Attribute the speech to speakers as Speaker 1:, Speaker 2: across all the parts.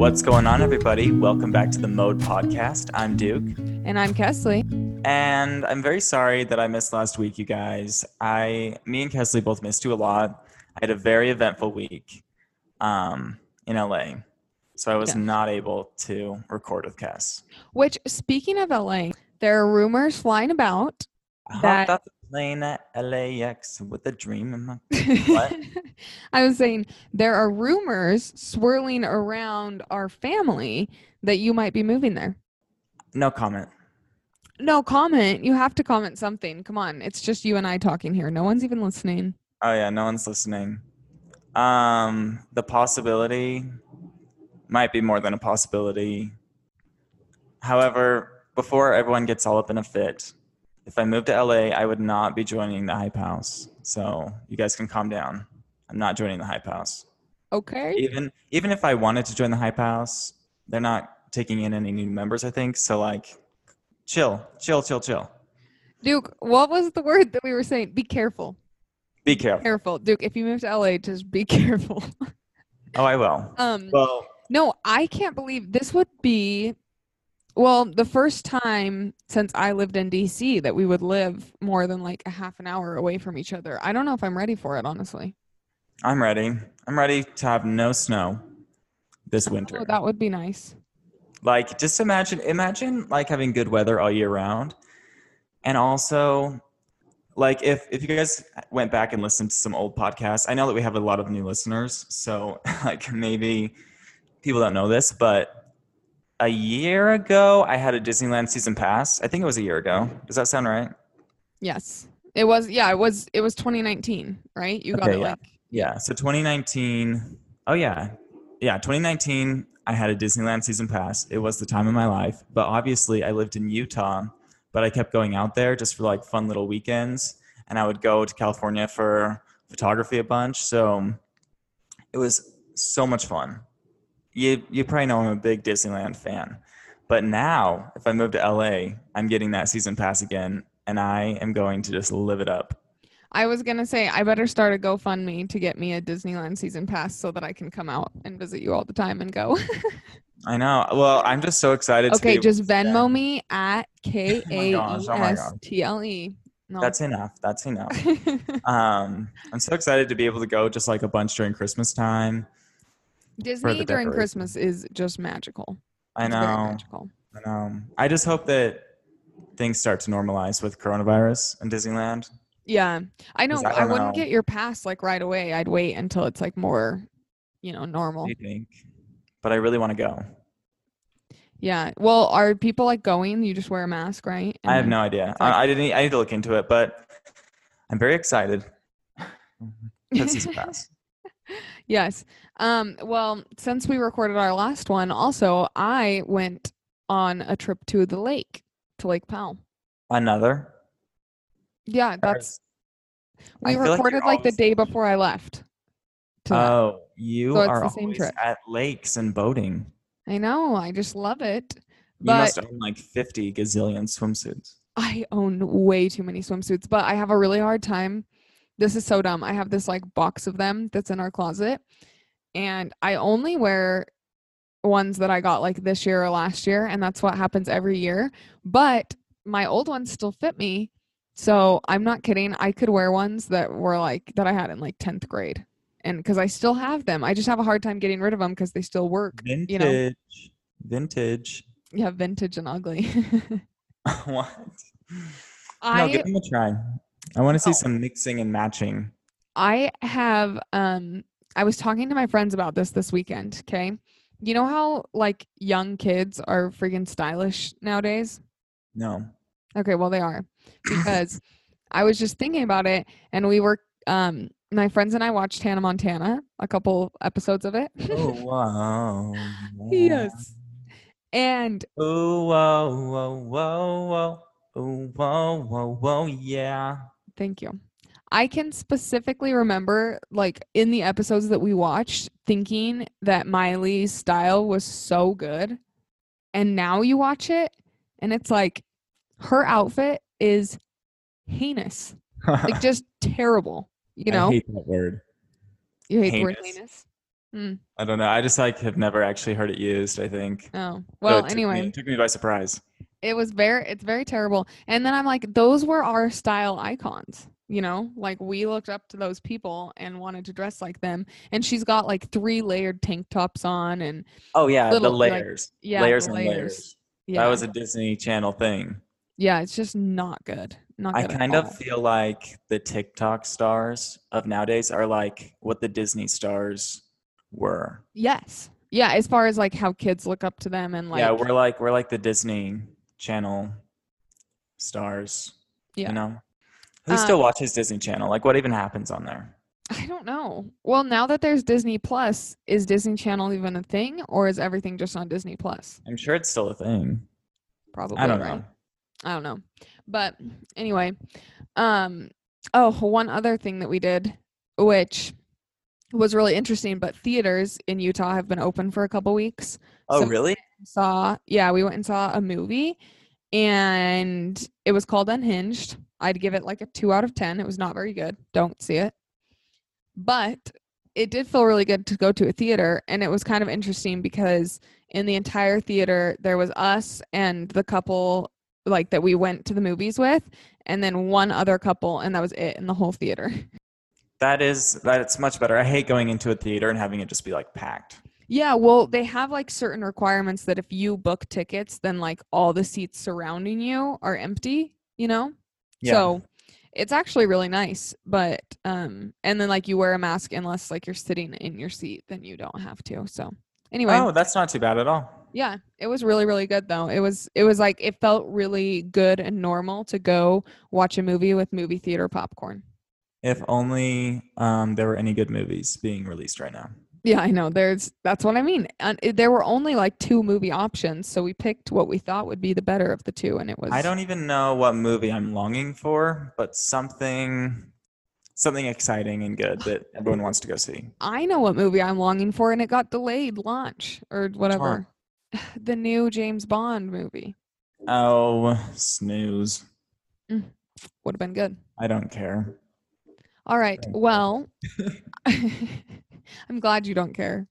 Speaker 1: What's going on, everybody? Welcome back to the Mode Podcast. I'm Duke,
Speaker 2: And I'm Kesley.
Speaker 1: and I'm very sorry that I missed last week, you guys. I, me and Kesley both missed you a lot. I had a very eventful week um, in LA, so I was
Speaker 2: Yeah.
Speaker 1: not able to record with Kes.
Speaker 2: Which, speaking of LA, there are rumors flying about
Speaker 1: I
Speaker 2: That-
Speaker 1: hopped off the plane at LAX with a dream in my. What?
Speaker 2: I was saying there are rumors swirling around our family that you might be moving there.
Speaker 1: No comment.
Speaker 2: No comment. You have to comment something. Come on. It's just you and I talking here. No one's even listening.
Speaker 1: Oh yeah, no one's listening. Um, the possibility might be more than a possibility. However, before everyone gets all up in a fit, if I moved to LA, I would not be joining the hype house. So you guys can calm down. I'm not joining the hype house.
Speaker 2: Okay.
Speaker 1: Even even if I wanted to join the hype house, they're not taking in any new members, I think. So like chill, chill, chill, chill.
Speaker 2: Duke, what was the word that we were saying? Be careful.
Speaker 1: Be careful.
Speaker 2: Careful. Duke, if you move to LA, just be careful.
Speaker 1: Oh, I will.
Speaker 2: Um,
Speaker 1: Well,
Speaker 2: No, I can't believe this would be, well, the first time since I lived in DC that we would live more than like a half an hour away from each other. I don't know if I'm ready for it, honestly.
Speaker 1: I'm ready. I'm ready to have no snow this winter.
Speaker 2: Oh, that would be nice.
Speaker 1: like just imagine imagine like having good weather all year round. And also like if if you guys went back and listened to some old podcasts, I know that we have a lot of new listeners, so like maybe people don't know this, but a year ago I had a Disneyland season pass. I think it was a year ago. Does that sound right?
Speaker 2: Yes. It was, yeah, it was, it was 2019, right? You got
Speaker 1: Okay,
Speaker 2: it
Speaker 1: yeah.
Speaker 2: like,
Speaker 1: Yeah. So 2019. Oh yeah. Yeah. 2019. I had a Disneyland season pass. It was the time of my life. But obviously, I lived in Utah, but I kept going out there just for like fun little weekends. And I would go to California for photography a bunch. So it was so much fun. You you probably know I'm a big Disneyland fan. But now, if I move to LA, I'm getting that season pass again, and I am going to just live it up.
Speaker 2: I was going to say, I better start a GoFundMe to get me a Disneyland season pass so that I can come out and visit you all the time and go.
Speaker 1: I know. Well, I'm just so excited to
Speaker 2: okay,
Speaker 1: be
Speaker 2: just Venmo me at K A
Speaker 1: gosh,
Speaker 2: E
Speaker 1: oh my
Speaker 2: S
Speaker 1: gosh.
Speaker 2: T L E. No.
Speaker 1: That's enough. That's enough. um, I'm so excited to be able to go just like a bunch during Christmas time.
Speaker 2: Disney during
Speaker 1: decoration.
Speaker 2: Christmas is just magical.
Speaker 1: I
Speaker 2: It's very
Speaker 1: know.
Speaker 2: magical.
Speaker 1: I know. I just hope that things start to normalize with coronavirus and Disneyland.
Speaker 2: Yeah. I know
Speaker 1: 'Cause I
Speaker 2: I,
Speaker 1: don't
Speaker 2: wouldn't
Speaker 1: know.
Speaker 2: get your pass like right away. I'd wait until it's like more, you know, normal.
Speaker 1: I think. But I really want to go.
Speaker 2: Yeah. Well, are people like going? You just wear a mask, right?
Speaker 1: I have
Speaker 2: And-
Speaker 1: no idea.
Speaker 2: like-
Speaker 1: I, I didn't. e, I need to look into it, but I'm very excited. That's his pass.
Speaker 2: Yes. Um, well, since we recorded our last one, also I went on a trip to the lake, to Lake Powell.
Speaker 1: Another.
Speaker 2: Yeah, that's
Speaker 1: I
Speaker 2: we
Speaker 1: feel like you're
Speaker 2: recorded like, the
Speaker 1: always-
Speaker 2: day before I left. to that.
Speaker 1: Oh, you
Speaker 2: So it's
Speaker 1: are
Speaker 2: the same
Speaker 1: always
Speaker 2: trip.
Speaker 1: at lakes and boating.
Speaker 2: I know, I just love it.
Speaker 1: You must
Speaker 2: But-
Speaker 1: own like 50 gazillion swimsuits.
Speaker 2: I own way too many swimsuits, but I have a really hard time. This is so dumb. I have this like box of them that's in our closet, and I only wear ones that I got like this year or last year, and that's what happens every year. But my old ones still fit me. So I'm not kidding. I could wear ones that were like that I had in like 10th grade. And because I still have them, I just have a hard time getting rid of them because they still work.
Speaker 1: Vintage. Vintage.
Speaker 2: Yeah, vintage and ugly.
Speaker 1: what?
Speaker 2: I
Speaker 1: no, give them a try. I want to see
Speaker 2: No.
Speaker 1: some mixing and matching.
Speaker 2: I have um I was talking to my friends about this this weekend, okay? You know how like young kids are freaking stylish nowadays?
Speaker 1: No.
Speaker 2: Okay, well they are because I was just thinking about it and we were um my friends and I watched Hannah Montana, a couple episodes of it.
Speaker 1: Oh, wow.
Speaker 2: yes. And
Speaker 1: Oh, whoa, whoa, whoa, whoa. Oh, whoa, whoa, whoa, yeah.
Speaker 2: Thank you. I can specifically remember, like in the episodes that we watched, thinking that Miley's style was so good. And now you watch it, and it's like her outfit is heinous, like just terrible, you know?
Speaker 1: I hate that word.
Speaker 2: You hate the word
Speaker 1: Heinous.
Speaker 2: heinous.
Speaker 1: I don't know. I just like have never actually heard it used. I think. So
Speaker 2: Oh. Well,
Speaker 1: it took me-
Speaker 2: anyway.
Speaker 1: it took me by surprise.
Speaker 2: it was very it's very terrible and then i'm like those were our style icons you know like we looked up to those people and wanted to dress like them and she's got like three layered tank tops on and
Speaker 1: Oh yeah,
Speaker 2: Little,
Speaker 1: the
Speaker 2: like,
Speaker 1: layers,
Speaker 2: yeah
Speaker 1: layers
Speaker 2: the
Speaker 1: and layers.
Speaker 2: yeah
Speaker 1: That was a Disney Channel thing.
Speaker 2: yeah it's just not good not
Speaker 1: I
Speaker 2: good at
Speaker 1: kind
Speaker 2: all.
Speaker 1: of feel like the TikTok stars of nowadays are like what the Disney stars were.
Speaker 2: yes yeah as far as like how kids look up to them and like
Speaker 1: yeah, we're like we're like the Disney Channel stars.
Speaker 2: Yeah.
Speaker 1: You know? Who
Speaker 2: Um,
Speaker 1: still watches Disney Channel? Like what even happens on there?
Speaker 2: i don't know well now that there's disney plus is disney channel even a thing or is everything just on disney plus
Speaker 1: I'm sure it's still a thing.
Speaker 2: probably
Speaker 1: I don't
Speaker 2: right?
Speaker 1: know.
Speaker 2: I don't know. But anyway, um oh, one other thing that we did which was really interesting, but theaters in Utah have been open for a couple weeks.
Speaker 1: Oh
Speaker 2: So-
Speaker 1: really?
Speaker 2: Saw yeah, we went and saw a movie and it was called Unhinged. I'd give it like a 2 out of 10. It was not very good. Don't see it. But it did feel really good to go to a theater and it was kind of interesting because in the entire theater there was us and the couple like that we went to the movies with and then one other couple and that was it in the whole theater
Speaker 1: That is that's much better. I hate going into a theater and having it just be like packed.
Speaker 2: yeah well they have like certain requirements that if you book tickets then like all the seats surrounding you are empty you know
Speaker 1: Yeah.
Speaker 2: so it's actually really nice but um and then like you wear a mask unless like you're sitting in your seat then you don't have to so anyway
Speaker 1: Oh, that's not too bad at all.
Speaker 2: Yeah, it was really really good though. It was it was like it felt really good and normal to go watch a movie with movie theater popcorn.
Speaker 1: If only um, there were any good movies being released right now.
Speaker 2: Yeah, I know. There's that's what I mean. And it, there were only like two movie options, so we picked what we thought would be the better of the two and it was
Speaker 1: I don't even know what movie I'm longing for, but something something exciting and good that everyone wants to go see.
Speaker 2: I know what movie I'm longing for and it got delayed launch or whatever. The new James Bond movie
Speaker 1: Oh, snooze.
Speaker 2: would have been good.
Speaker 1: I don't care.
Speaker 2: All right.
Speaker 1: Thank you.
Speaker 2: Well, I'm glad you don't care.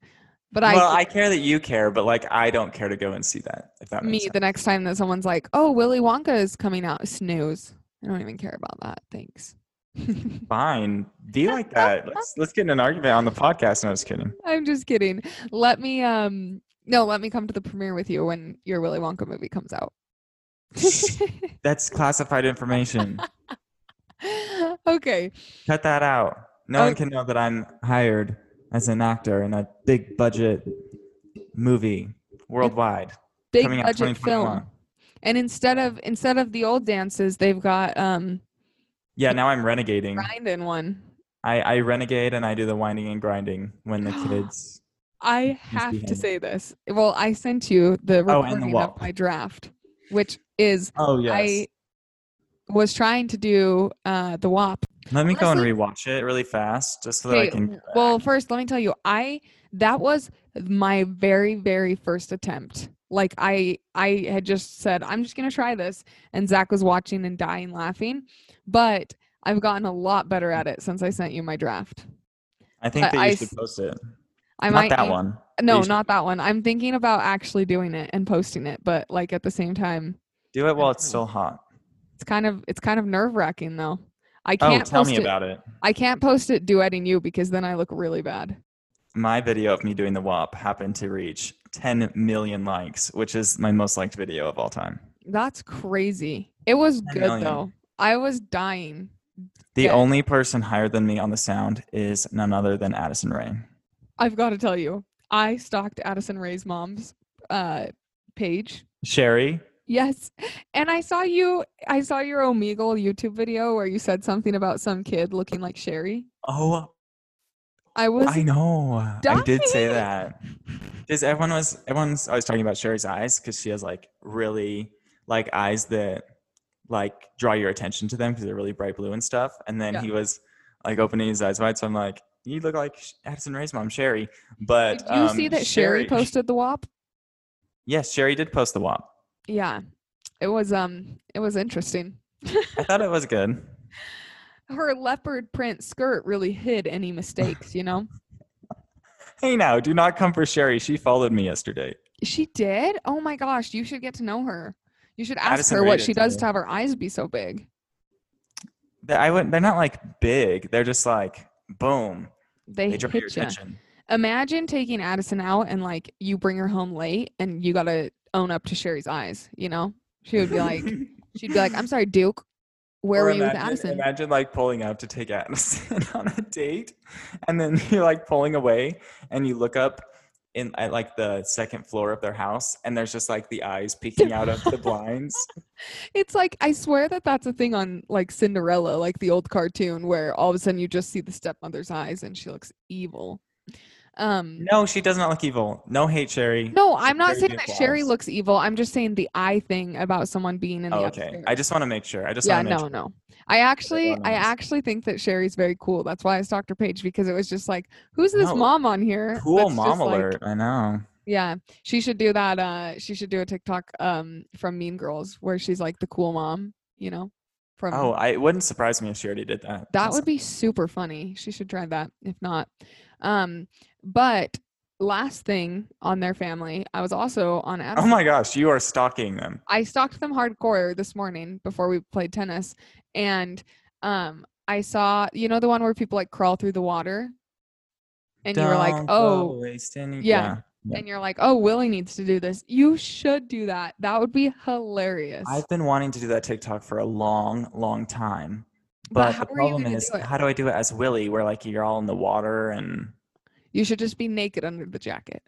Speaker 2: But I
Speaker 1: well, I care that you care, but like I don't care to go and see that. If that
Speaker 2: me
Speaker 1: makes sense.
Speaker 2: the next time that someone's like, "Oh, Willy Wonka is coming out." Snooze. I don't even care about that. Thanks.
Speaker 1: Fine. Be like that. Let's let's get in an argument on the podcast. No, just kidding.
Speaker 2: I'm just kidding. Let me um no, let me come to the premiere with you when your Willy Wonka movie comes out.
Speaker 1: That's classified information.
Speaker 2: okay.
Speaker 1: Cut that out. No one
Speaker 2: Okay.
Speaker 1: can know that I'm hired as an actor in a big budget movie worldwide
Speaker 2: Big
Speaker 1: coming out
Speaker 2: budget
Speaker 1: 2021.
Speaker 2: film. And instead of instead of the old dances, they've got um
Speaker 1: Yeah, now I'm renegading.
Speaker 2: grind in one.
Speaker 1: I, I renegade and I do the winding and grinding when the kids.
Speaker 2: I have to
Speaker 1: behind it.
Speaker 2: say this. Well, I sent you the
Speaker 1: Oh, and the
Speaker 2: recording
Speaker 1: walk.
Speaker 2: of my draft, which is
Speaker 1: Oh yes.
Speaker 2: I was trying to do uh, the WAP.
Speaker 1: Let me go and
Speaker 2: honestly-
Speaker 1: rewatch it really fast, just so that I
Speaker 2: Okay,
Speaker 1: can.
Speaker 2: w- well, first, let me tell you, I that was my very, very first attempt. Like I, I had just said, I'm just gonna try this, and Zach was watching and dying laughing. But I've gotten a lot better at it since I sent you my draft.
Speaker 1: I think that
Speaker 2: but
Speaker 1: you
Speaker 2: uh, I
Speaker 1: should
Speaker 2: s-
Speaker 1: post it.
Speaker 2: I
Speaker 1: Not
Speaker 2: might
Speaker 1: that
Speaker 2: need-
Speaker 1: one.
Speaker 2: No,
Speaker 1: you should-
Speaker 2: not that one. I'm thinking about actually doing it and posting it, but like at the same time,
Speaker 1: Do it while it's
Speaker 2: Okay.
Speaker 1: still hot.
Speaker 2: it's kind of it's kind of nerve wracking though. I
Speaker 1: Oh,
Speaker 2: can't
Speaker 1: tell
Speaker 2: post
Speaker 1: me
Speaker 2: it.
Speaker 1: about it.
Speaker 2: I can't post it duetting you because then I look really bad.
Speaker 1: My video of me doing the WAP happened to reach 10 million likes, which is my most liked video of all time.
Speaker 2: That's crazy. It was good
Speaker 1: million.
Speaker 2: though. I was dying.
Speaker 1: The
Speaker 2: Yeah.
Speaker 1: only person higher than me on the sound is none other than Addison Ray.
Speaker 2: I've got to tell you, I stalked Addison Ray's mom's uh, page.
Speaker 1: Sherry,
Speaker 2: Yes, and I saw you. I saw your Omegle YouTube video where you said something about some kid looking like Sherry.
Speaker 1: oh
Speaker 2: I was
Speaker 1: I know. I did say
Speaker 2: dying.
Speaker 1: that. Because everyone was everyone's always talking about Sherry's eyes because she has like really like eyes that like draw your attention to them because they're really bright blue and stuff. And then
Speaker 2: Yeah.
Speaker 1: he was like opening his eyes wide, so I'm like, you look like Sh- Addison Ray's mom, Sherry.
Speaker 2: Did
Speaker 1: But
Speaker 2: you see
Speaker 1: um,
Speaker 2: that Sherry posted the WAP?
Speaker 1: Yes, Sherry did post the WAP.
Speaker 2: Yeah, it was um, it was interesting.
Speaker 1: I thought it was good.
Speaker 2: Her leopard print skirt really hid any mistakes, you know.
Speaker 1: Hey now, do not come for Sherry. She followed me yesterday.
Speaker 2: She did? Oh my gosh, you should get to know her. You should ask
Speaker 1: Addison
Speaker 2: her
Speaker 1: Rae
Speaker 2: what
Speaker 1: did
Speaker 2: she does
Speaker 1: today.
Speaker 2: to have her eyes be so big.
Speaker 1: They- I wouldn't. They're not like big. They're just like boom.
Speaker 2: They,
Speaker 1: They draw your
Speaker 2: hit you.
Speaker 1: attention.
Speaker 2: Imagine taking Addison out and like you bring her home late and you gotta own up to Sherry's eyes, you know? She would be like she'd be like, I'm sorry, Duke, where
Speaker 1: Or
Speaker 2: were you
Speaker 1: imagine,
Speaker 2: with Addison?
Speaker 1: Imagine like pulling out to take Addison on a date, and then you're like pulling away, and you look up in at like the second floor of their house, and there's just like the eyes peeking out of the blinds.
Speaker 2: It's like I swear that that's a thing on like Cinderella, like the old cartoon where all of a sudden you just see the stepmother's eyes and she looks evil. Um
Speaker 1: No, she does not look evil. No hate, Sherry.
Speaker 2: no, I'm not
Speaker 1: Sherry
Speaker 2: saying
Speaker 1: did
Speaker 2: that Sherry
Speaker 1: balls.
Speaker 2: looks evil. I'm just saying the eye thing about someone being in the
Speaker 1: Oh, okay.
Speaker 2: upstairs.
Speaker 1: I just want to make sure. I just
Speaker 2: yeah,
Speaker 1: want to make
Speaker 2: no, no. I actually,
Speaker 1: everyone
Speaker 2: I
Speaker 1: knows.
Speaker 2: actually think that Sherry's very cool. That's why I stalked her page because it was just like, who's this
Speaker 1: No.
Speaker 2: mom on here?
Speaker 1: sure. Cool
Speaker 2: that's just,
Speaker 1: mom
Speaker 2: like-
Speaker 1: alert. I know.
Speaker 2: yeah, she should do that. Uh, she should do a TikTok um from Mean Girls where she's like the cool mom. You know, from
Speaker 1: Oh, I, it wouldn't surprise me if she already did that.
Speaker 2: that would be super funny. She should try that. If not, um, but last thing on their family, I was also on.
Speaker 1: Oh
Speaker 2: Addison.
Speaker 1: my gosh, you are stalking them.
Speaker 2: I stalked them hardcore this morning before we played tennis, and um, I saw you know the one where people like crawl through the water, and you were like,
Speaker 1: Don't go
Speaker 2: oh,
Speaker 1: waste any-
Speaker 2: yeah.
Speaker 1: yeah. yeah.
Speaker 2: and you're like, oh, Willie needs to do this. You should do that. That would be hilarious.
Speaker 1: I've been wanting to do that TikTok for a long, long time.
Speaker 2: But
Speaker 1: But,
Speaker 2: how
Speaker 1: the
Speaker 2: are you
Speaker 1: problem
Speaker 2: gonna
Speaker 1: is,
Speaker 2: do it?
Speaker 1: how do I do it as Willy, where like you're all in the water and
Speaker 2: you should just be naked under the jacket.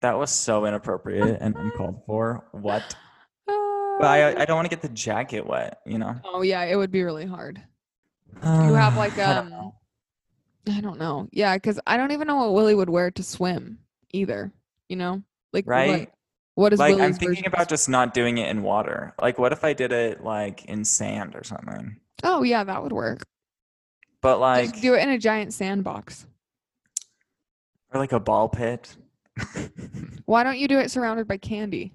Speaker 1: that was so inappropriate and uncalled for. What? But I, I don't want to get the jacket wet, you know?
Speaker 2: oh yeah, it would be really hard. you have, like,
Speaker 1: I don't
Speaker 2: um,
Speaker 1: know.
Speaker 2: I don't know. Yeah, because I don't even know what Willie would wear to swim either. You know, like what-
Speaker 1: Right?
Speaker 2: what is
Speaker 1: Like,
Speaker 2: Willie's
Speaker 1: I'm thinking
Speaker 2: version of
Speaker 1: about just not doing it in water. Like, what if I did it like in sand or something?
Speaker 2: swim? Oh yeah, that would work.
Speaker 1: But like,
Speaker 2: Just do it in a giant sandbox.
Speaker 1: or like a ball pit.
Speaker 2: Why don't you do it surrounded by candy?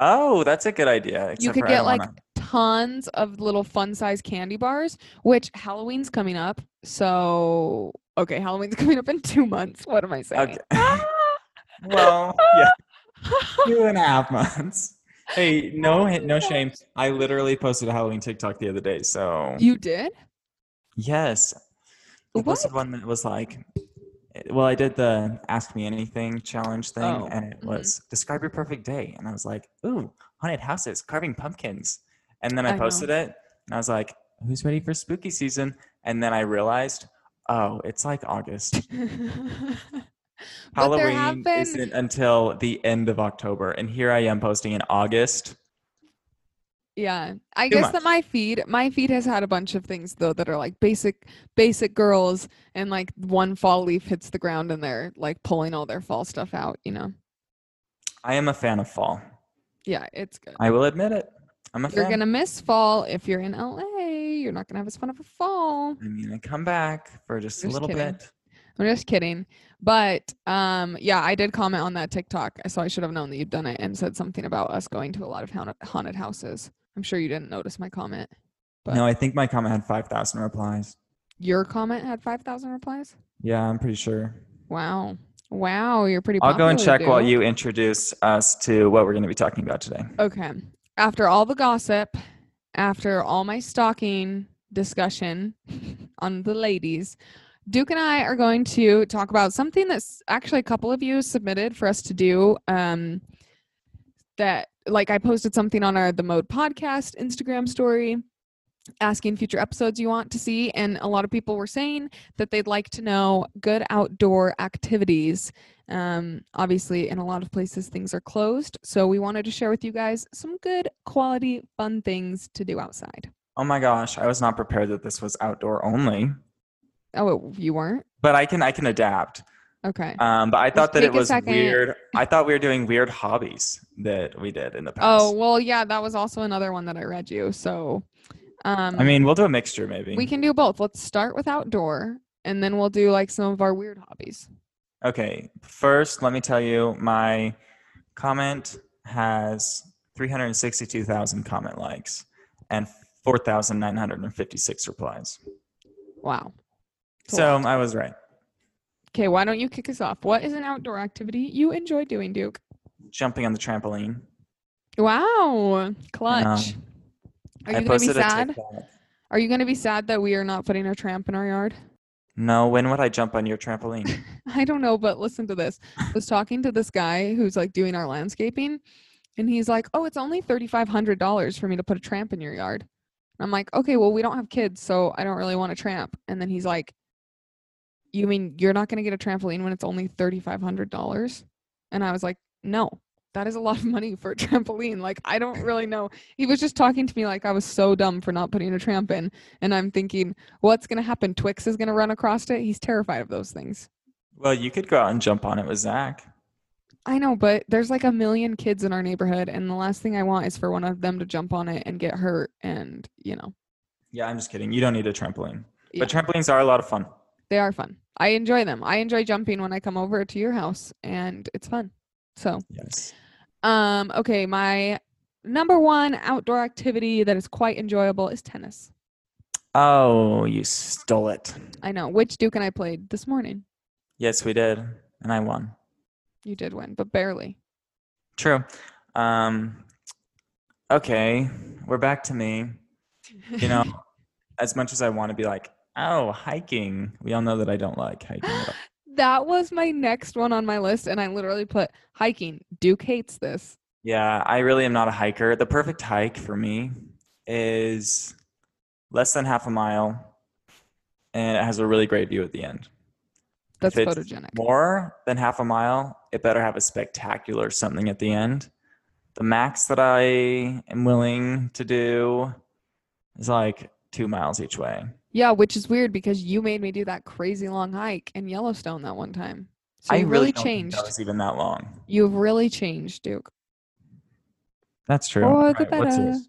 Speaker 1: oh, that's a good idea. Except
Speaker 2: you could
Speaker 1: for I
Speaker 2: get
Speaker 1: don't
Speaker 2: like
Speaker 1: wanna-
Speaker 2: tons of little fun size candy bars, which Halloween's coming up. So, okay, Halloween's coming up in two months. What am I saying?
Speaker 1: Okay. well, yeah. two and a half months. Hey, no, hi- no shame. I literally posted a Halloween TikTok the other day. So
Speaker 2: you did?
Speaker 1: yes, I posted one that was like, eh, well, I did the ask me anything challenge thing,
Speaker 2: Oh,
Speaker 1: and it
Speaker 2: mhm.
Speaker 1: was describe your perfect day, and I was like, ooh, haunted houses, carving pumpkins, and then
Speaker 2: I
Speaker 1: I
Speaker 2: know.
Speaker 1: posted it, and I was like, who's ready for spooky season? And then I realized, oh, it's like August.
Speaker 2: But there have
Speaker 1: Halloween
Speaker 2: been-
Speaker 1: isn't until the end of October, and here I am posting in August.
Speaker 2: Yeah, I
Speaker 1: Too
Speaker 2: guess that my feed, my feed has had a bunch of things though that are like basic, basic girls, and like one fall leaf hits the ground and they're like pulling all their fall stuff out. You know?
Speaker 1: I am a fan of fall.
Speaker 2: Yeah, it's good.
Speaker 1: I will admit it. I'm a
Speaker 2: You're
Speaker 1: fan.
Speaker 2: gonna miss fall if you're in LA. You're not gonna have as fun of a fall.
Speaker 1: I mean, I come back for just, a
Speaker 2: Just
Speaker 1: little
Speaker 2: kidding.
Speaker 1: bit.
Speaker 2: I'm just kidding. But um, yeah, I did comment on that TikTok, so I should have known that you'd done it and said something about us going to a lot of haun- haunted houses. I'm sure you didn't notice my comment. But-
Speaker 1: No, I think my comment had 5,000 replies.
Speaker 2: Your comment had 5,000 replies.
Speaker 1: Yeah, I'm pretty sure.
Speaker 2: Wow, wow, you're pretty.
Speaker 1: I'll go and
Speaker 2: popular,
Speaker 1: check while
Speaker 2: dude.
Speaker 1: you introduce us to what we're going to be talking about today.
Speaker 2: Okay. After all the gossip, after all my stalking discussion on the ladies, Duke and I are going to talk about something that's actually a couple of you submitted for us to do. Um, that like I posted something on our The Mode podcast Instagram story asking future episodes you want to see and a lot of people were saying that they'd like to know good outdoor activities um, obviously, in a lot of places, things are closed. So, we wanted to share with you guys some good quality, fun things to do outside.
Speaker 1: Oh my gosh, I was not prepared that this was outdoor only,
Speaker 2: Oh, it- you weren't?
Speaker 1: but I can I can adapt.
Speaker 2: Okay.
Speaker 1: Um, but I thought that
Speaker 2: take
Speaker 1: it
Speaker 2: a
Speaker 1: was
Speaker 2: second.
Speaker 1: weird. I thought we were doing weird hobbies that we did in the past.
Speaker 2: Oh, well, yeah, that was also another one that I read you. So, um,
Speaker 1: I mean, we'll do a mixture maybe.
Speaker 2: we can do both. Let's start with outdoor and then we'll do like some of our weird hobbies.
Speaker 1: Okay, first, let me tell you my comment has 362,000 comment likes and 4,956 replies.
Speaker 2: Wow. Cool.
Speaker 1: So I was right.
Speaker 2: Okay, why don't you kick us off? What is an outdoor activity you enjoy doing, Duke?
Speaker 1: Jumping on the trampoline.
Speaker 2: Wow, clutch. Are you
Speaker 1: Um, I
Speaker 2: gonna be
Speaker 1: posted a
Speaker 2: sad?
Speaker 1: TikTok.
Speaker 2: Are you gonna be sad that we are not putting a tramp in our yard?
Speaker 1: No, when would I jump on your trampoline?
Speaker 2: I don't know, but listen to this. I was talking to this guy who's like doing our landscaping, and he's like, "Oh, it's only thirty five hundred dollars for me to put a tramp in your yard." And I'm like, "Okay, well, we don't have kids, so I don't really want a tramp." And then he's like, "You mean you're not going to get a trampoline when it's only thirty five hundred dollars?" And I was like, "No, that is a lot of money for a trampoline. Like, I don't really know." He was just talking to me like I was so dumb for not putting a tramp in, and I'm thinking, "What's going to happen? Twix is going to run across it. He's terrified of those things."
Speaker 1: well, you could go out and jump on it with Zach.
Speaker 2: I know, but there's like a million kids in our neighborhood, and the last thing I want is for one of them to jump on it and get hurt. And, you know,
Speaker 1: Yeah, I'm just kidding. You don't need a trampoline.
Speaker 2: Yeah.
Speaker 1: But trampolines are a lot of fun.
Speaker 2: they are fun. I enjoy them. I enjoy jumping when I come over to your house, and it's fun. So,
Speaker 1: Yes.
Speaker 2: um, okay, my number one outdoor activity that is quite enjoyable is tennis.
Speaker 1: Oh, you stole it.
Speaker 2: I know. Which Duke and I played this morning.
Speaker 1: Yes, we did. And I won.
Speaker 2: You did win, but barely.
Speaker 1: True. Um, okay, we're back to me. You know, as much as I want to be like, oh, hiking, we all know that I don't like hiking. at all.
Speaker 2: that was my next one on my list, and I literally put hiking. Duke hates this.
Speaker 1: Yeah, I really am not a hiker. The perfect hike for me is less than half a mile and it has a really great view at the end.
Speaker 2: That's
Speaker 1: it's
Speaker 2: photogenic.
Speaker 1: More than half a mile, it better have a spectacular something at the end. The max that I am willing to do is like two miles each way.
Speaker 2: Yeah, which is weird because you made me do that crazy long hike in Yellowstone that one time. So
Speaker 1: I
Speaker 2: you've really,
Speaker 1: don't think
Speaker 2: changed.
Speaker 1: That was even that long.
Speaker 2: You've really changed, Duke.
Speaker 1: That's true.
Speaker 2: For
Speaker 1: All
Speaker 2: the
Speaker 1: what's
Speaker 2: better.
Speaker 1: yours?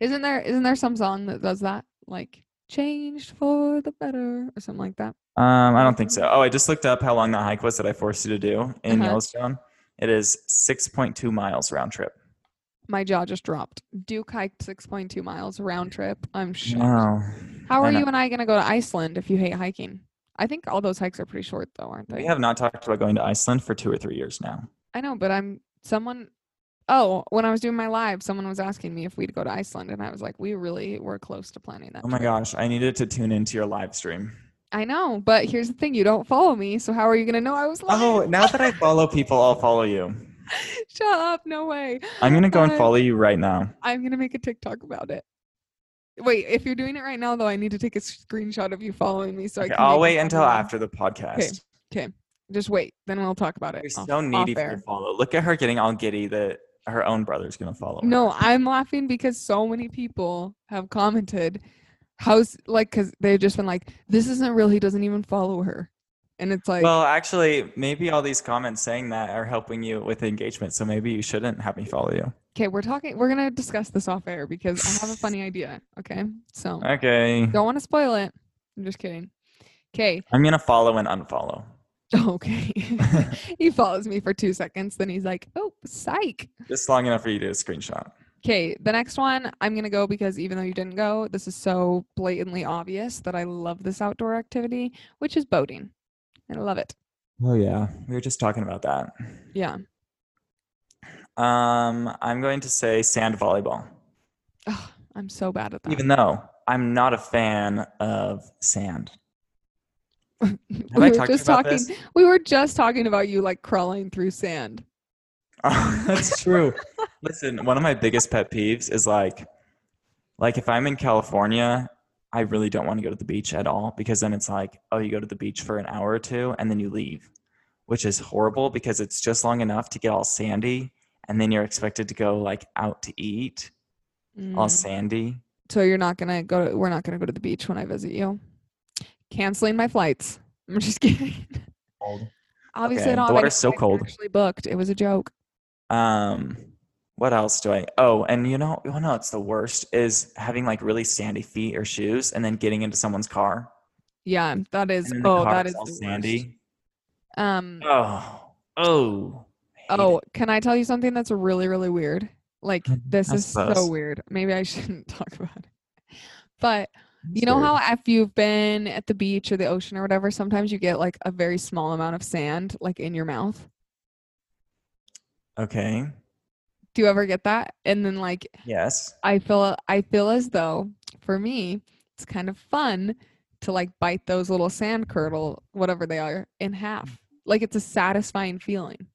Speaker 2: Isn't there isn't there some song that does that? Like changed for the better or something like that.
Speaker 1: Um, I don't think so. Oh, I just looked up how long that hike was that I forced you to do in
Speaker 2: Uh-huh.
Speaker 1: Yellowstone. It is 6.2 miles round trip.
Speaker 2: My jaw just dropped. Duke hiked six point two miles round trip. I'm shocked.
Speaker 1: Wow. uh,
Speaker 2: How
Speaker 1: I
Speaker 2: are
Speaker 1: know.
Speaker 2: you and I gonna go to Iceland if you hate hiking? I think all those hikes are pretty short though, aren't they?
Speaker 1: We have not talked about going to Iceland for two or three years now.
Speaker 2: I know, but I'm someone. Oh, when I was doing my live, someone was asking me if we'd go to Iceland, and I was like, we really were close to planning that.
Speaker 1: Oh my
Speaker 2: trip."
Speaker 1: gosh, I needed to tune into your live stream.
Speaker 2: I know, but here's the thing: you don't follow me, so how are you gonna know I was live?
Speaker 1: Oh, now that I follow people, I'll follow you.
Speaker 2: Shut up! No way.
Speaker 1: I'm gonna go and
Speaker 2: Bye.
Speaker 1: follow you right now.
Speaker 2: I'm gonna make a TikTok about it. Wait, if you're doing it right now, though, I need to take a screenshot of you following me so I
Speaker 1: Okay,
Speaker 2: can.
Speaker 1: I'll
Speaker 2: make it
Speaker 1: wait until
Speaker 2: everyone.
Speaker 1: after the podcast.
Speaker 2: Just wait, then we'll talk about it.
Speaker 1: You're
Speaker 2: off-
Speaker 1: so needy
Speaker 2: off
Speaker 1: for
Speaker 2: air.
Speaker 1: your follow. Look at her getting all giddy that her own brother's gonna follow. her.
Speaker 2: No, I'm laughing because so many people have commented how's like because they've just been like, this isn't real. He doesn't even follow her, and it's like,
Speaker 1: Well, actually, maybe all these comments saying that are helping you with engagement. So maybe you shouldn't have me follow you.
Speaker 2: okay, we're talking. We're gonna discuss this off air because I have a funny idea. Okay, so
Speaker 1: Okay.
Speaker 2: don't want to spoil it. I'm just kidding. Okay,
Speaker 1: I'm gonna follow and unfollow.
Speaker 2: okay. he follows me for two seconds, then he's like, oh, psych.
Speaker 1: Just long enough for you to do a screenshot.
Speaker 2: Okay, the next one I'm gonna go because even though you didn't go, this is so blatantly obvious that I love this outdoor activity, which is boating. I love it.
Speaker 1: Oh yeah. We were just talking about that.
Speaker 2: Yeah.
Speaker 1: Um, I'm going to say sand volleyball.
Speaker 2: Ugh, I'm so bad at that.
Speaker 1: Even though I'm not a fan of sand. Have
Speaker 2: we
Speaker 1: I
Speaker 2: were
Speaker 1: talked to you
Speaker 2: just
Speaker 1: about
Speaker 2: talking.
Speaker 1: this?
Speaker 2: We were just talking about you like crawling through sand.
Speaker 1: Oh, that's true. Listen, one of my biggest pet peeves is like, like if I'm in California, I really don't want to go to the beach at all because then it's like, oh, you go to the beach for an hour or two and then you leave, which is horrible because it's just long enough to get all sandy and then you're expected to go like out to eat all
Speaker 2: Mm.
Speaker 1: sandy.
Speaker 2: So you're not gonna go. To, we're not gonna go to the beach when I visit you. Canceling my flights. I'm just kidding. Obviously,
Speaker 1: Okay,
Speaker 2: I don't.
Speaker 1: the
Speaker 2: have
Speaker 1: water's
Speaker 2: any
Speaker 1: so
Speaker 2: flights
Speaker 1: cold.
Speaker 2: Actually booked. It was a joke.
Speaker 1: Um, what else do I? Oh, and you know, you know, it's the worst is having like really sandy feet or shoes and then getting into someone's car.
Speaker 2: Yeah, that
Speaker 1: And
Speaker 2: is.
Speaker 1: then the
Speaker 2: Oh,
Speaker 1: car
Speaker 2: that is
Speaker 1: all
Speaker 2: the worst.
Speaker 1: sandy.
Speaker 2: Um.
Speaker 1: Oh, oh, I hate
Speaker 2: Oh,
Speaker 1: it. Mm-hmm.
Speaker 2: can I tell you something that's really, really weird? Like, this
Speaker 1: I
Speaker 2: is so
Speaker 1: suppose.
Speaker 2: weird. Maybe I shouldn't talk about it. But You know how if you've been at the beach or the ocean or whatever, sometimes you get like a very small amount of sand like in your mouth.
Speaker 1: Okay.
Speaker 2: Do you ever get that? And then like
Speaker 1: Yes.
Speaker 2: I feel I feel as though for me it's kind of fun to like bite those little sand curdle whatever they are in half. Like it's a satisfying feeling.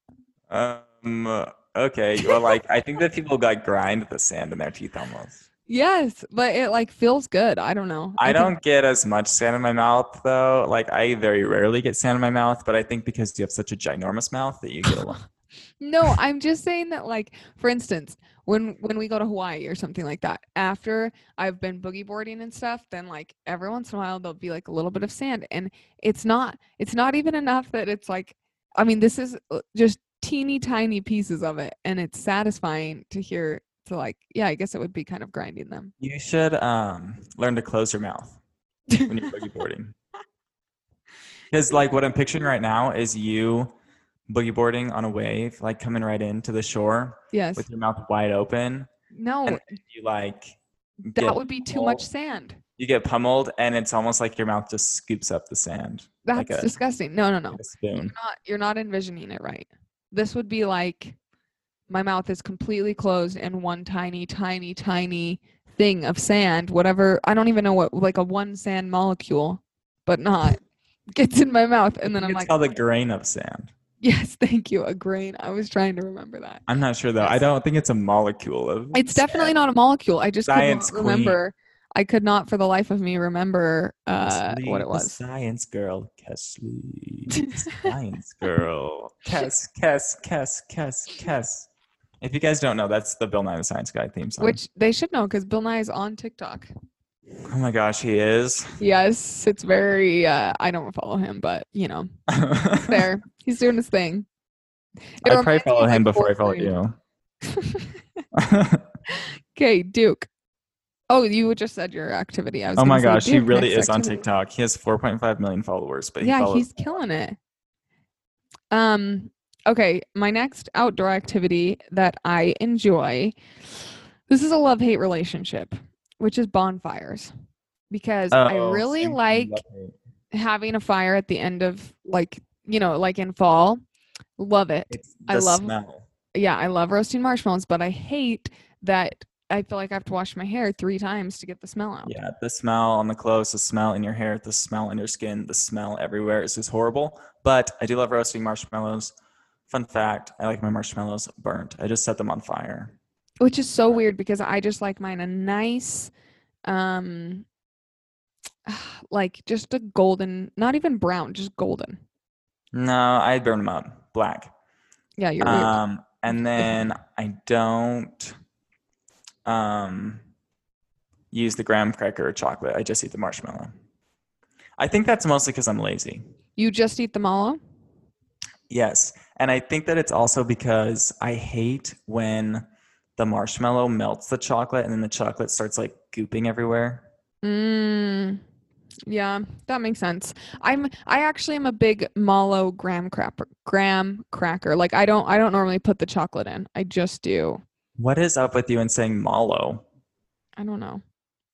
Speaker 1: Um. Okay. Well, like I think that people like grind the sand in their teeth almost.
Speaker 2: Yes, but it like feels good. I don't know.
Speaker 1: I
Speaker 2: think-
Speaker 1: don't get as much sand in my mouth though. Like I very rarely get sand in my mouth, but I think because you have such a ginormous mouth that you get a lot.
Speaker 2: No, I'm just saying that like for instance, when when we go to Hawaii or something like that, after I've been boogie boarding and stuff, then like every once in a while there'll be like a little bit of sand and it's not it's not even enough that it's like I mean, this is uh, just teeny tiny pieces of it and it's satisfying to hear to like yeah, I guess it would be kind of grinding them.
Speaker 1: You should um learn to close your mouth. when you're boogie boarding. Because like what I'm picturing right now is you boogie boarding on a wave, like coming right into the shore
Speaker 2: yes.
Speaker 1: with your mouth wide open.
Speaker 2: No,
Speaker 1: and You like
Speaker 2: that
Speaker 1: get
Speaker 2: would be too
Speaker 1: all-
Speaker 2: much sand.
Speaker 1: you get pummeled, and it's almost like your mouth just scoops up the sand
Speaker 2: That's
Speaker 1: like a-
Speaker 2: disgusting. No, no, no.
Speaker 1: with a spoon.
Speaker 2: not- you're not envisioning it right. This would be like my mouth is completely closed and one tiny, tiny, tiny thing of sand, whatever I don't even know what like a one sand molecule, but not gets in my mouth and then
Speaker 1: you
Speaker 2: I'm
Speaker 1: can
Speaker 2: like
Speaker 1: tell the grain of sand.
Speaker 2: Yes, thank you, a grain. I was trying to remember that.
Speaker 1: I'm not sure though. I
Speaker 2: Yes.
Speaker 1: don't think it's a molecule of.
Speaker 2: It's definitely not a molecule. I just could
Speaker 1: Science
Speaker 2: not
Speaker 1: queen.
Speaker 2: remember. I could not for the life of me remember uh,
Speaker 1: Kesley,
Speaker 2: what it
Speaker 1: the
Speaker 2: was.
Speaker 1: Science girl, Kesley. the Science girl. Kes, Kes, Kes, Kes, Kes. If you guys don't know, that's the Bill Nye the Science Guy theme song.
Speaker 2: Which they should know because Bill Nye is on TikTok.
Speaker 1: oh my gosh, he is.
Speaker 2: Yes, it's very. Uh, I don't follow him, but you know,
Speaker 1: I
Speaker 2: there. He's doing his thing. It
Speaker 1: probably
Speaker 2: reminds me
Speaker 1: follow
Speaker 2: of,
Speaker 1: him
Speaker 2: like,
Speaker 1: before I
Speaker 2: fourth
Speaker 1: follow
Speaker 2: grade.
Speaker 1: you.
Speaker 2: Okay, Duke. Oh, you just said your activity. I was
Speaker 1: oh my
Speaker 2: gonna
Speaker 1: gosh,
Speaker 2: say
Speaker 1: he
Speaker 2: Duke
Speaker 1: really
Speaker 2: next
Speaker 1: is on
Speaker 2: activity.
Speaker 1: TikTok. He has 4.5 million followers, but he
Speaker 2: yeah,
Speaker 1: follows.
Speaker 2: he's killing it. Um. Okay, my next outdoor activity that I enjoy. This is a love hate relationship, which is bonfires, because I
Speaker 1: Oh,
Speaker 2: really
Speaker 1: same thing,
Speaker 2: like
Speaker 1: love hate.
Speaker 2: having a fire at the end of like you know like in fall. Love it.
Speaker 1: It's the
Speaker 2: I love-
Speaker 1: smell.
Speaker 2: yeah, I love roasting marshmallows, but I hate that I feel like I have to wash my hair three times to get the smell out.
Speaker 1: Yeah, the smell on the clothes, the smell in your hair, the smell in your skin, the smell everywhere is just horrible. But I do love roasting marshmallows. Fun fact, I like my marshmallows burnt. I just set them on fire.
Speaker 2: Which is so weird because I just like mine a nice um like just a golden, not even brown, just golden.
Speaker 1: No, I burn them up black.
Speaker 2: Yeah, you're weird.
Speaker 1: Um, and then I don't um, use the graham cracker or chocolate. I just eat the marshmallow. I think that's mostly because I'm lazy.
Speaker 2: You just eat the mallow?
Speaker 1: Yes. And I think that it's also because I hate when the marshmallow melts the chocolate and then the chocolate starts like gooping everywhere.
Speaker 2: Mm. Yeah, that makes sense. I'm I actually am a big mallow graham cracker graham cracker. Like I don't I don't normally put the chocolate in. I just do.
Speaker 1: What is up with you in saying mallow?
Speaker 2: I don't know.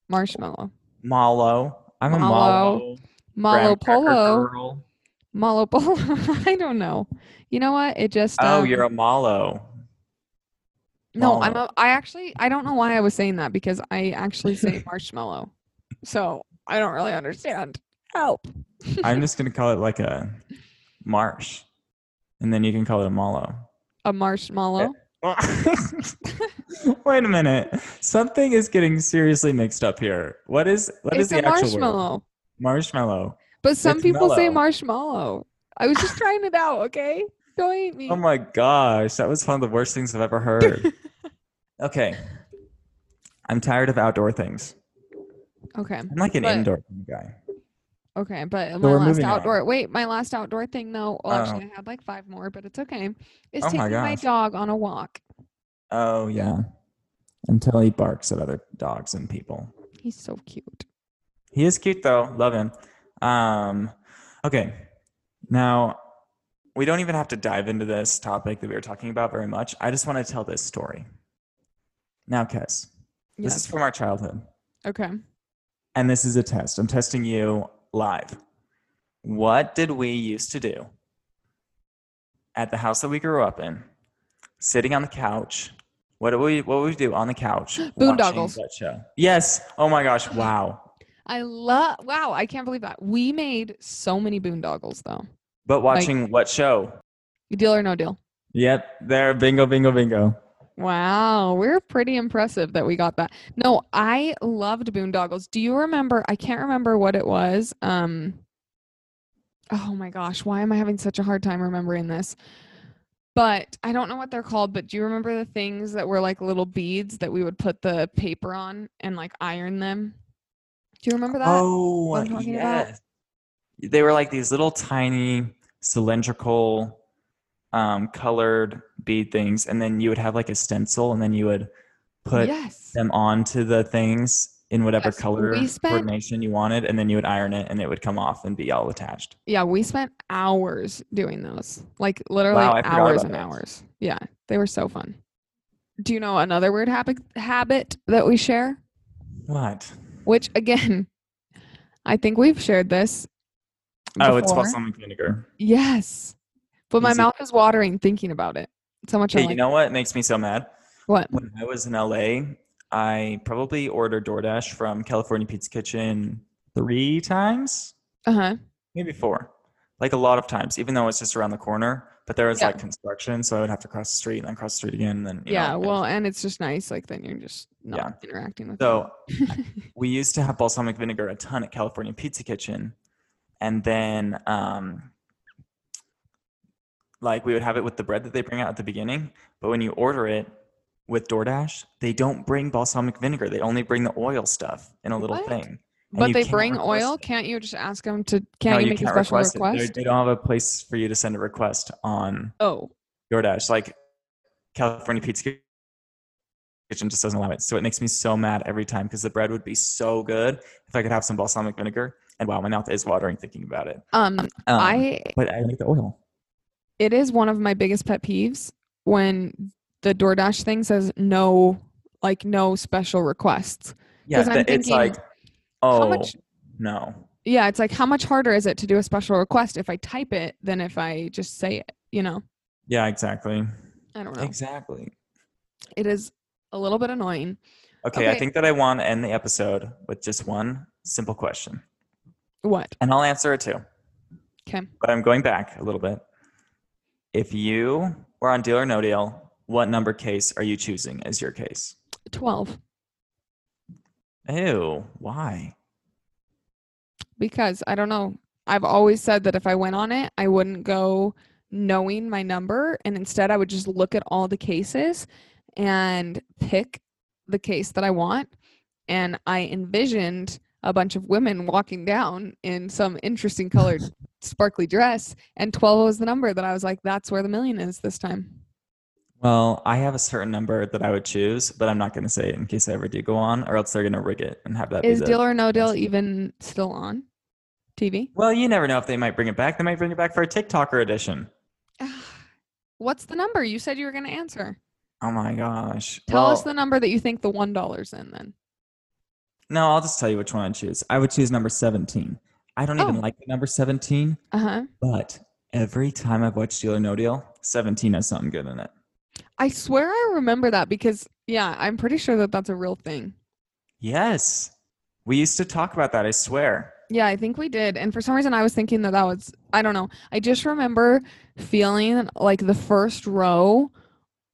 Speaker 2: Marshmallow.
Speaker 1: Mallow. I'm a
Speaker 2: Mallow.
Speaker 1: mallow.
Speaker 2: Malo
Speaker 1: graham cracker
Speaker 2: Polo.
Speaker 1: girl.
Speaker 2: Malo Polo. I don't know. You know what? It just.
Speaker 1: Oh,
Speaker 2: um,
Speaker 1: you're a mallow.
Speaker 2: No, I'm
Speaker 1: Malo.
Speaker 2: a. I actually. I don't know why I was saying that because I actually say marshmallow. So I don't really understand. Help.
Speaker 1: I'm just going to call it like a marsh. And then you can call it a mallow.
Speaker 2: A marshmallow.
Speaker 1: Wait a minute. Something is getting seriously mixed up here. What is what is
Speaker 2: it's a
Speaker 1: the actual word?
Speaker 2: marshmallow.
Speaker 1: Marshmallow.
Speaker 2: But some
Speaker 1: It's
Speaker 2: people say
Speaker 1: mellow.
Speaker 2: marshmallow. I was just trying it out. Okay. Don't hate me.
Speaker 1: Oh my gosh, that was one of the worst things I've ever heard. okay. I'm tired of outdoor things.
Speaker 2: okay.
Speaker 1: I'm like an
Speaker 2: But-
Speaker 1: indoor kind of guy.
Speaker 2: Okay, but my
Speaker 1: we're
Speaker 2: last
Speaker 1: moving on.
Speaker 2: outdoor wait, my last outdoor thing though. Well, actually,
Speaker 1: Oh.
Speaker 2: I had like five more, but it's okay. Is
Speaker 1: Oh my
Speaker 2: taking my
Speaker 1: gosh.
Speaker 2: dog on a walk.
Speaker 1: Oh yeah. Until he barks at other dogs and people.
Speaker 2: He's so cute.
Speaker 1: He is cute though. Love him. Um okay. Now we don't even have to dive into this topic that we were talking about very much. I just want to tell this story. Now, Kes, this
Speaker 2: Yes.
Speaker 1: is from our childhood.
Speaker 2: Okay.
Speaker 1: and this is a test. I'm testing you live. What did we used to do at the house that we grew up in? Sitting on the couch. What did we what would we do on the couch? watching
Speaker 2: Boondoggles.
Speaker 1: That show. Yes. Oh my gosh. Wow.
Speaker 2: I love. Wow, I can't believe that we made so many boondoggles though.
Speaker 1: But watching what show?
Speaker 2: Deal or no deal.
Speaker 1: Yep. There. Bingo. Bingo. Bingo.
Speaker 2: Wow, we're pretty impressive that we got that. No, I loved Boondoggles. Do you remember? I can't remember what it was. Um Oh my gosh, why am I having such a hard time remembering this? But I don't know what they're called, but do you remember the things that were like little beads that we would put the paper on and like iron them? Do you remember that?
Speaker 1: oh.
Speaker 2: what I'm talking about?
Speaker 1: Yes. They were like these little tiny cylindrical, um, colored bead things, and then you would have like a stencil, and then you would put
Speaker 2: yes.
Speaker 1: them onto the things in whatever
Speaker 2: Yes,
Speaker 1: color
Speaker 2: we spent-
Speaker 1: coordination you wanted, and then you would iron it, and it would come off and be all attached.
Speaker 2: Yeah, we spent hours doing those. Like literally
Speaker 1: Wow, I forgot
Speaker 2: hours
Speaker 1: about
Speaker 2: and
Speaker 1: those.
Speaker 2: hours. Yeah, they were so fun. Do you know another weird habit habit that we share?
Speaker 1: What?
Speaker 2: Which again, I think we've shared this.
Speaker 1: Oh, it's
Speaker 2: before.
Speaker 1: balsamic vinegar.
Speaker 2: Yes. But my
Speaker 1: Easy.
Speaker 2: mouth is watering thinking about it. So much I
Speaker 1: Hey,
Speaker 2: like
Speaker 1: you know what makes me so mad?
Speaker 2: what?
Speaker 1: When I was in LA, I probably ordered DoorDash from California Pizza Kitchen three times,
Speaker 2: Uh-huh.
Speaker 1: maybe four, like a lot of times, even though it's just around the corner. But there was
Speaker 2: Yeah.
Speaker 1: like construction, so I would have to cross the street and then cross the street again. And then, you know,
Speaker 2: Yeah,
Speaker 1: it was-
Speaker 2: well, and it's just nice like then you're just not
Speaker 1: Yeah.
Speaker 2: interacting with
Speaker 1: So we used to have balsamic vinegar a ton at California Pizza Kitchen, and then um, like we would have it with the bread that they bring out at the beginning. But when you order it with DoorDash, they don't bring balsamic vinegar. They only bring the oil stuff in a little
Speaker 2: What?
Speaker 1: thing. and
Speaker 2: But
Speaker 1: you
Speaker 2: they
Speaker 1: can't
Speaker 2: bring
Speaker 1: request
Speaker 2: oil,
Speaker 1: it.
Speaker 2: can't you just ask them to can't
Speaker 1: no,
Speaker 2: you
Speaker 1: you
Speaker 2: make
Speaker 1: can't
Speaker 2: a special
Speaker 1: request,
Speaker 2: request?
Speaker 1: it. They- They don't have a place for you to send a request on
Speaker 2: Oh.
Speaker 1: DoorDash. Like California Pizza Kitchen just doesn't allow it. So it makes me so mad every time because the bread would be so good if I could have some balsamic vinegar. And wow, my mouth is watering thinking about it.
Speaker 2: Um
Speaker 1: Um,
Speaker 2: I
Speaker 1: but I like the oil.
Speaker 2: it is one of my biggest pet peeves when the DoorDash thing says no, like no special requests.
Speaker 1: Yeah,
Speaker 2: 'Cause I'm
Speaker 1: but it's
Speaker 2: thinking,
Speaker 1: like, oh
Speaker 2: much-
Speaker 1: no,
Speaker 2: Yeah, it's like how much harder is it to do a special request if I type it than if I just say it, you know?
Speaker 1: yeah, exactly,
Speaker 2: I don't know.
Speaker 1: exactly.
Speaker 2: It is a little bit annoying.
Speaker 1: Okay, I
Speaker 2: Okay.
Speaker 1: think that I want to end the episode with just one simple question,
Speaker 2: What?
Speaker 1: and I'll answer it too.
Speaker 2: Okay.
Speaker 1: But I'm going back a little bit. If you were on Deal or No Deal, what number case are you choosing as your case?
Speaker 2: 12
Speaker 1: Ew, why?
Speaker 2: because I don't know. I've always said that if I went on it, I wouldn't go knowing my number and instead I would just look at all the cases and pick the case that I want and I envisioned a bunch of women walking down in some interesting colored sparkly dress and 12 was the number that I was like that's where the million is this time.
Speaker 1: Well, I have a certain number that I would choose, but I'm not going to say it in case I ever do go on, or else they're going to rig it and have that. be
Speaker 2: Is
Speaker 1: the-
Speaker 2: Deal or No Deal even still on TV?
Speaker 1: Well, you never know if they might bring it back. They might bring it back for a TikToker edition.
Speaker 2: What's the number? You said you were going to answer.
Speaker 1: Oh my gosh.
Speaker 2: Tell us
Speaker 1: Well,
Speaker 2: the number that you think the one dollar's in then.
Speaker 1: No, I'll just tell you which one I choose. I would choose number 17. I don't even
Speaker 2: Oh.
Speaker 1: like the number 17,
Speaker 2: Uh-huh.
Speaker 1: but every time I've watched Deal or No Deal, 17 has something good in it.
Speaker 2: I swear I remember that because yeah, I'm pretty sure that that's a real thing.
Speaker 1: Yes. We used to talk about that, I swear.
Speaker 2: Yeah, I think we did. And for some reason I was thinking that that was I don't know. I just remember feeling like the first row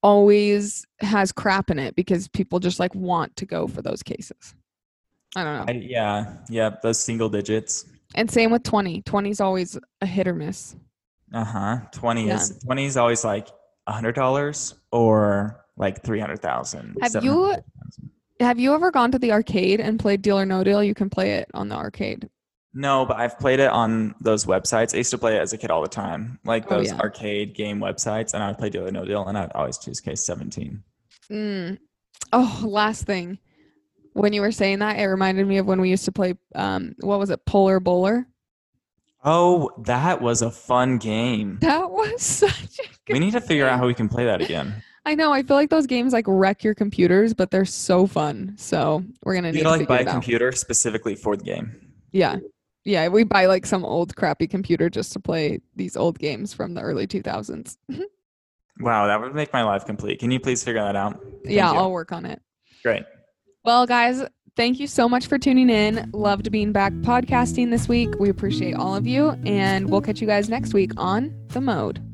Speaker 2: always has crap in it because people just like want to go for those cases. I don't know.
Speaker 1: I, yeah. Yeah. Those single digits.
Speaker 2: and same with 20. 20 is always a hit or miss.
Speaker 1: Uh huh. 20 is 20 is always like $100 or like 300,000.
Speaker 2: Have you-
Speaker 1: 700,000.
Speaker 2: Have you ever gone to the arcade and played Deal or No Deal? You can play it on the arcade.
Speaker 1: No, but I've played it on those websites. I used to play it as a kid all the time, like
Speaker 2: Oh,
Speaker 1: those
Speaker 2: yeah.
Speaker 1: arcade game websites, and I would play Deal or No Deal, and I'd always choose case seventeen.
Speaker 2: Mm. Oh, last thing. When you were saying that, it reminded me of when we used to play. Um, what was it, Polar Bowler?
Speaker 1: Oh, that was a fun game.
Speaker 2: That was such. A good
Speaker 1: We need to figure out how we can play that again.
Speaker 2: I know. I feel like those games like wreck your computers, but they're so fun. So we're gonna
Speaker 1: You
Speaker 2: need
Speaker 1: gotta like
Speaker 2: to figure
Speaker 1: buy
Speaker 2: it
Speaker 1: a
Speaker 2: out.
Speaker 1: computer specifically for the game.
Speaker 2: Yeah, yeah. We buy like some old crappy computer just to play these old games from the early two thousands.
Speaker 1: Wow, that would make my life complete. Can you please figure that out? Thank
Speaker 2: Yeah,
Speaker 1: you.
Speaker 2: I'll work on it.
Speaker 1: Great.
Speaker 2: Well, guys, thank you so much for tuning in. Loved being back podcasting this week. We appreciate all of you, and we'll catch you guys next week on The Mode.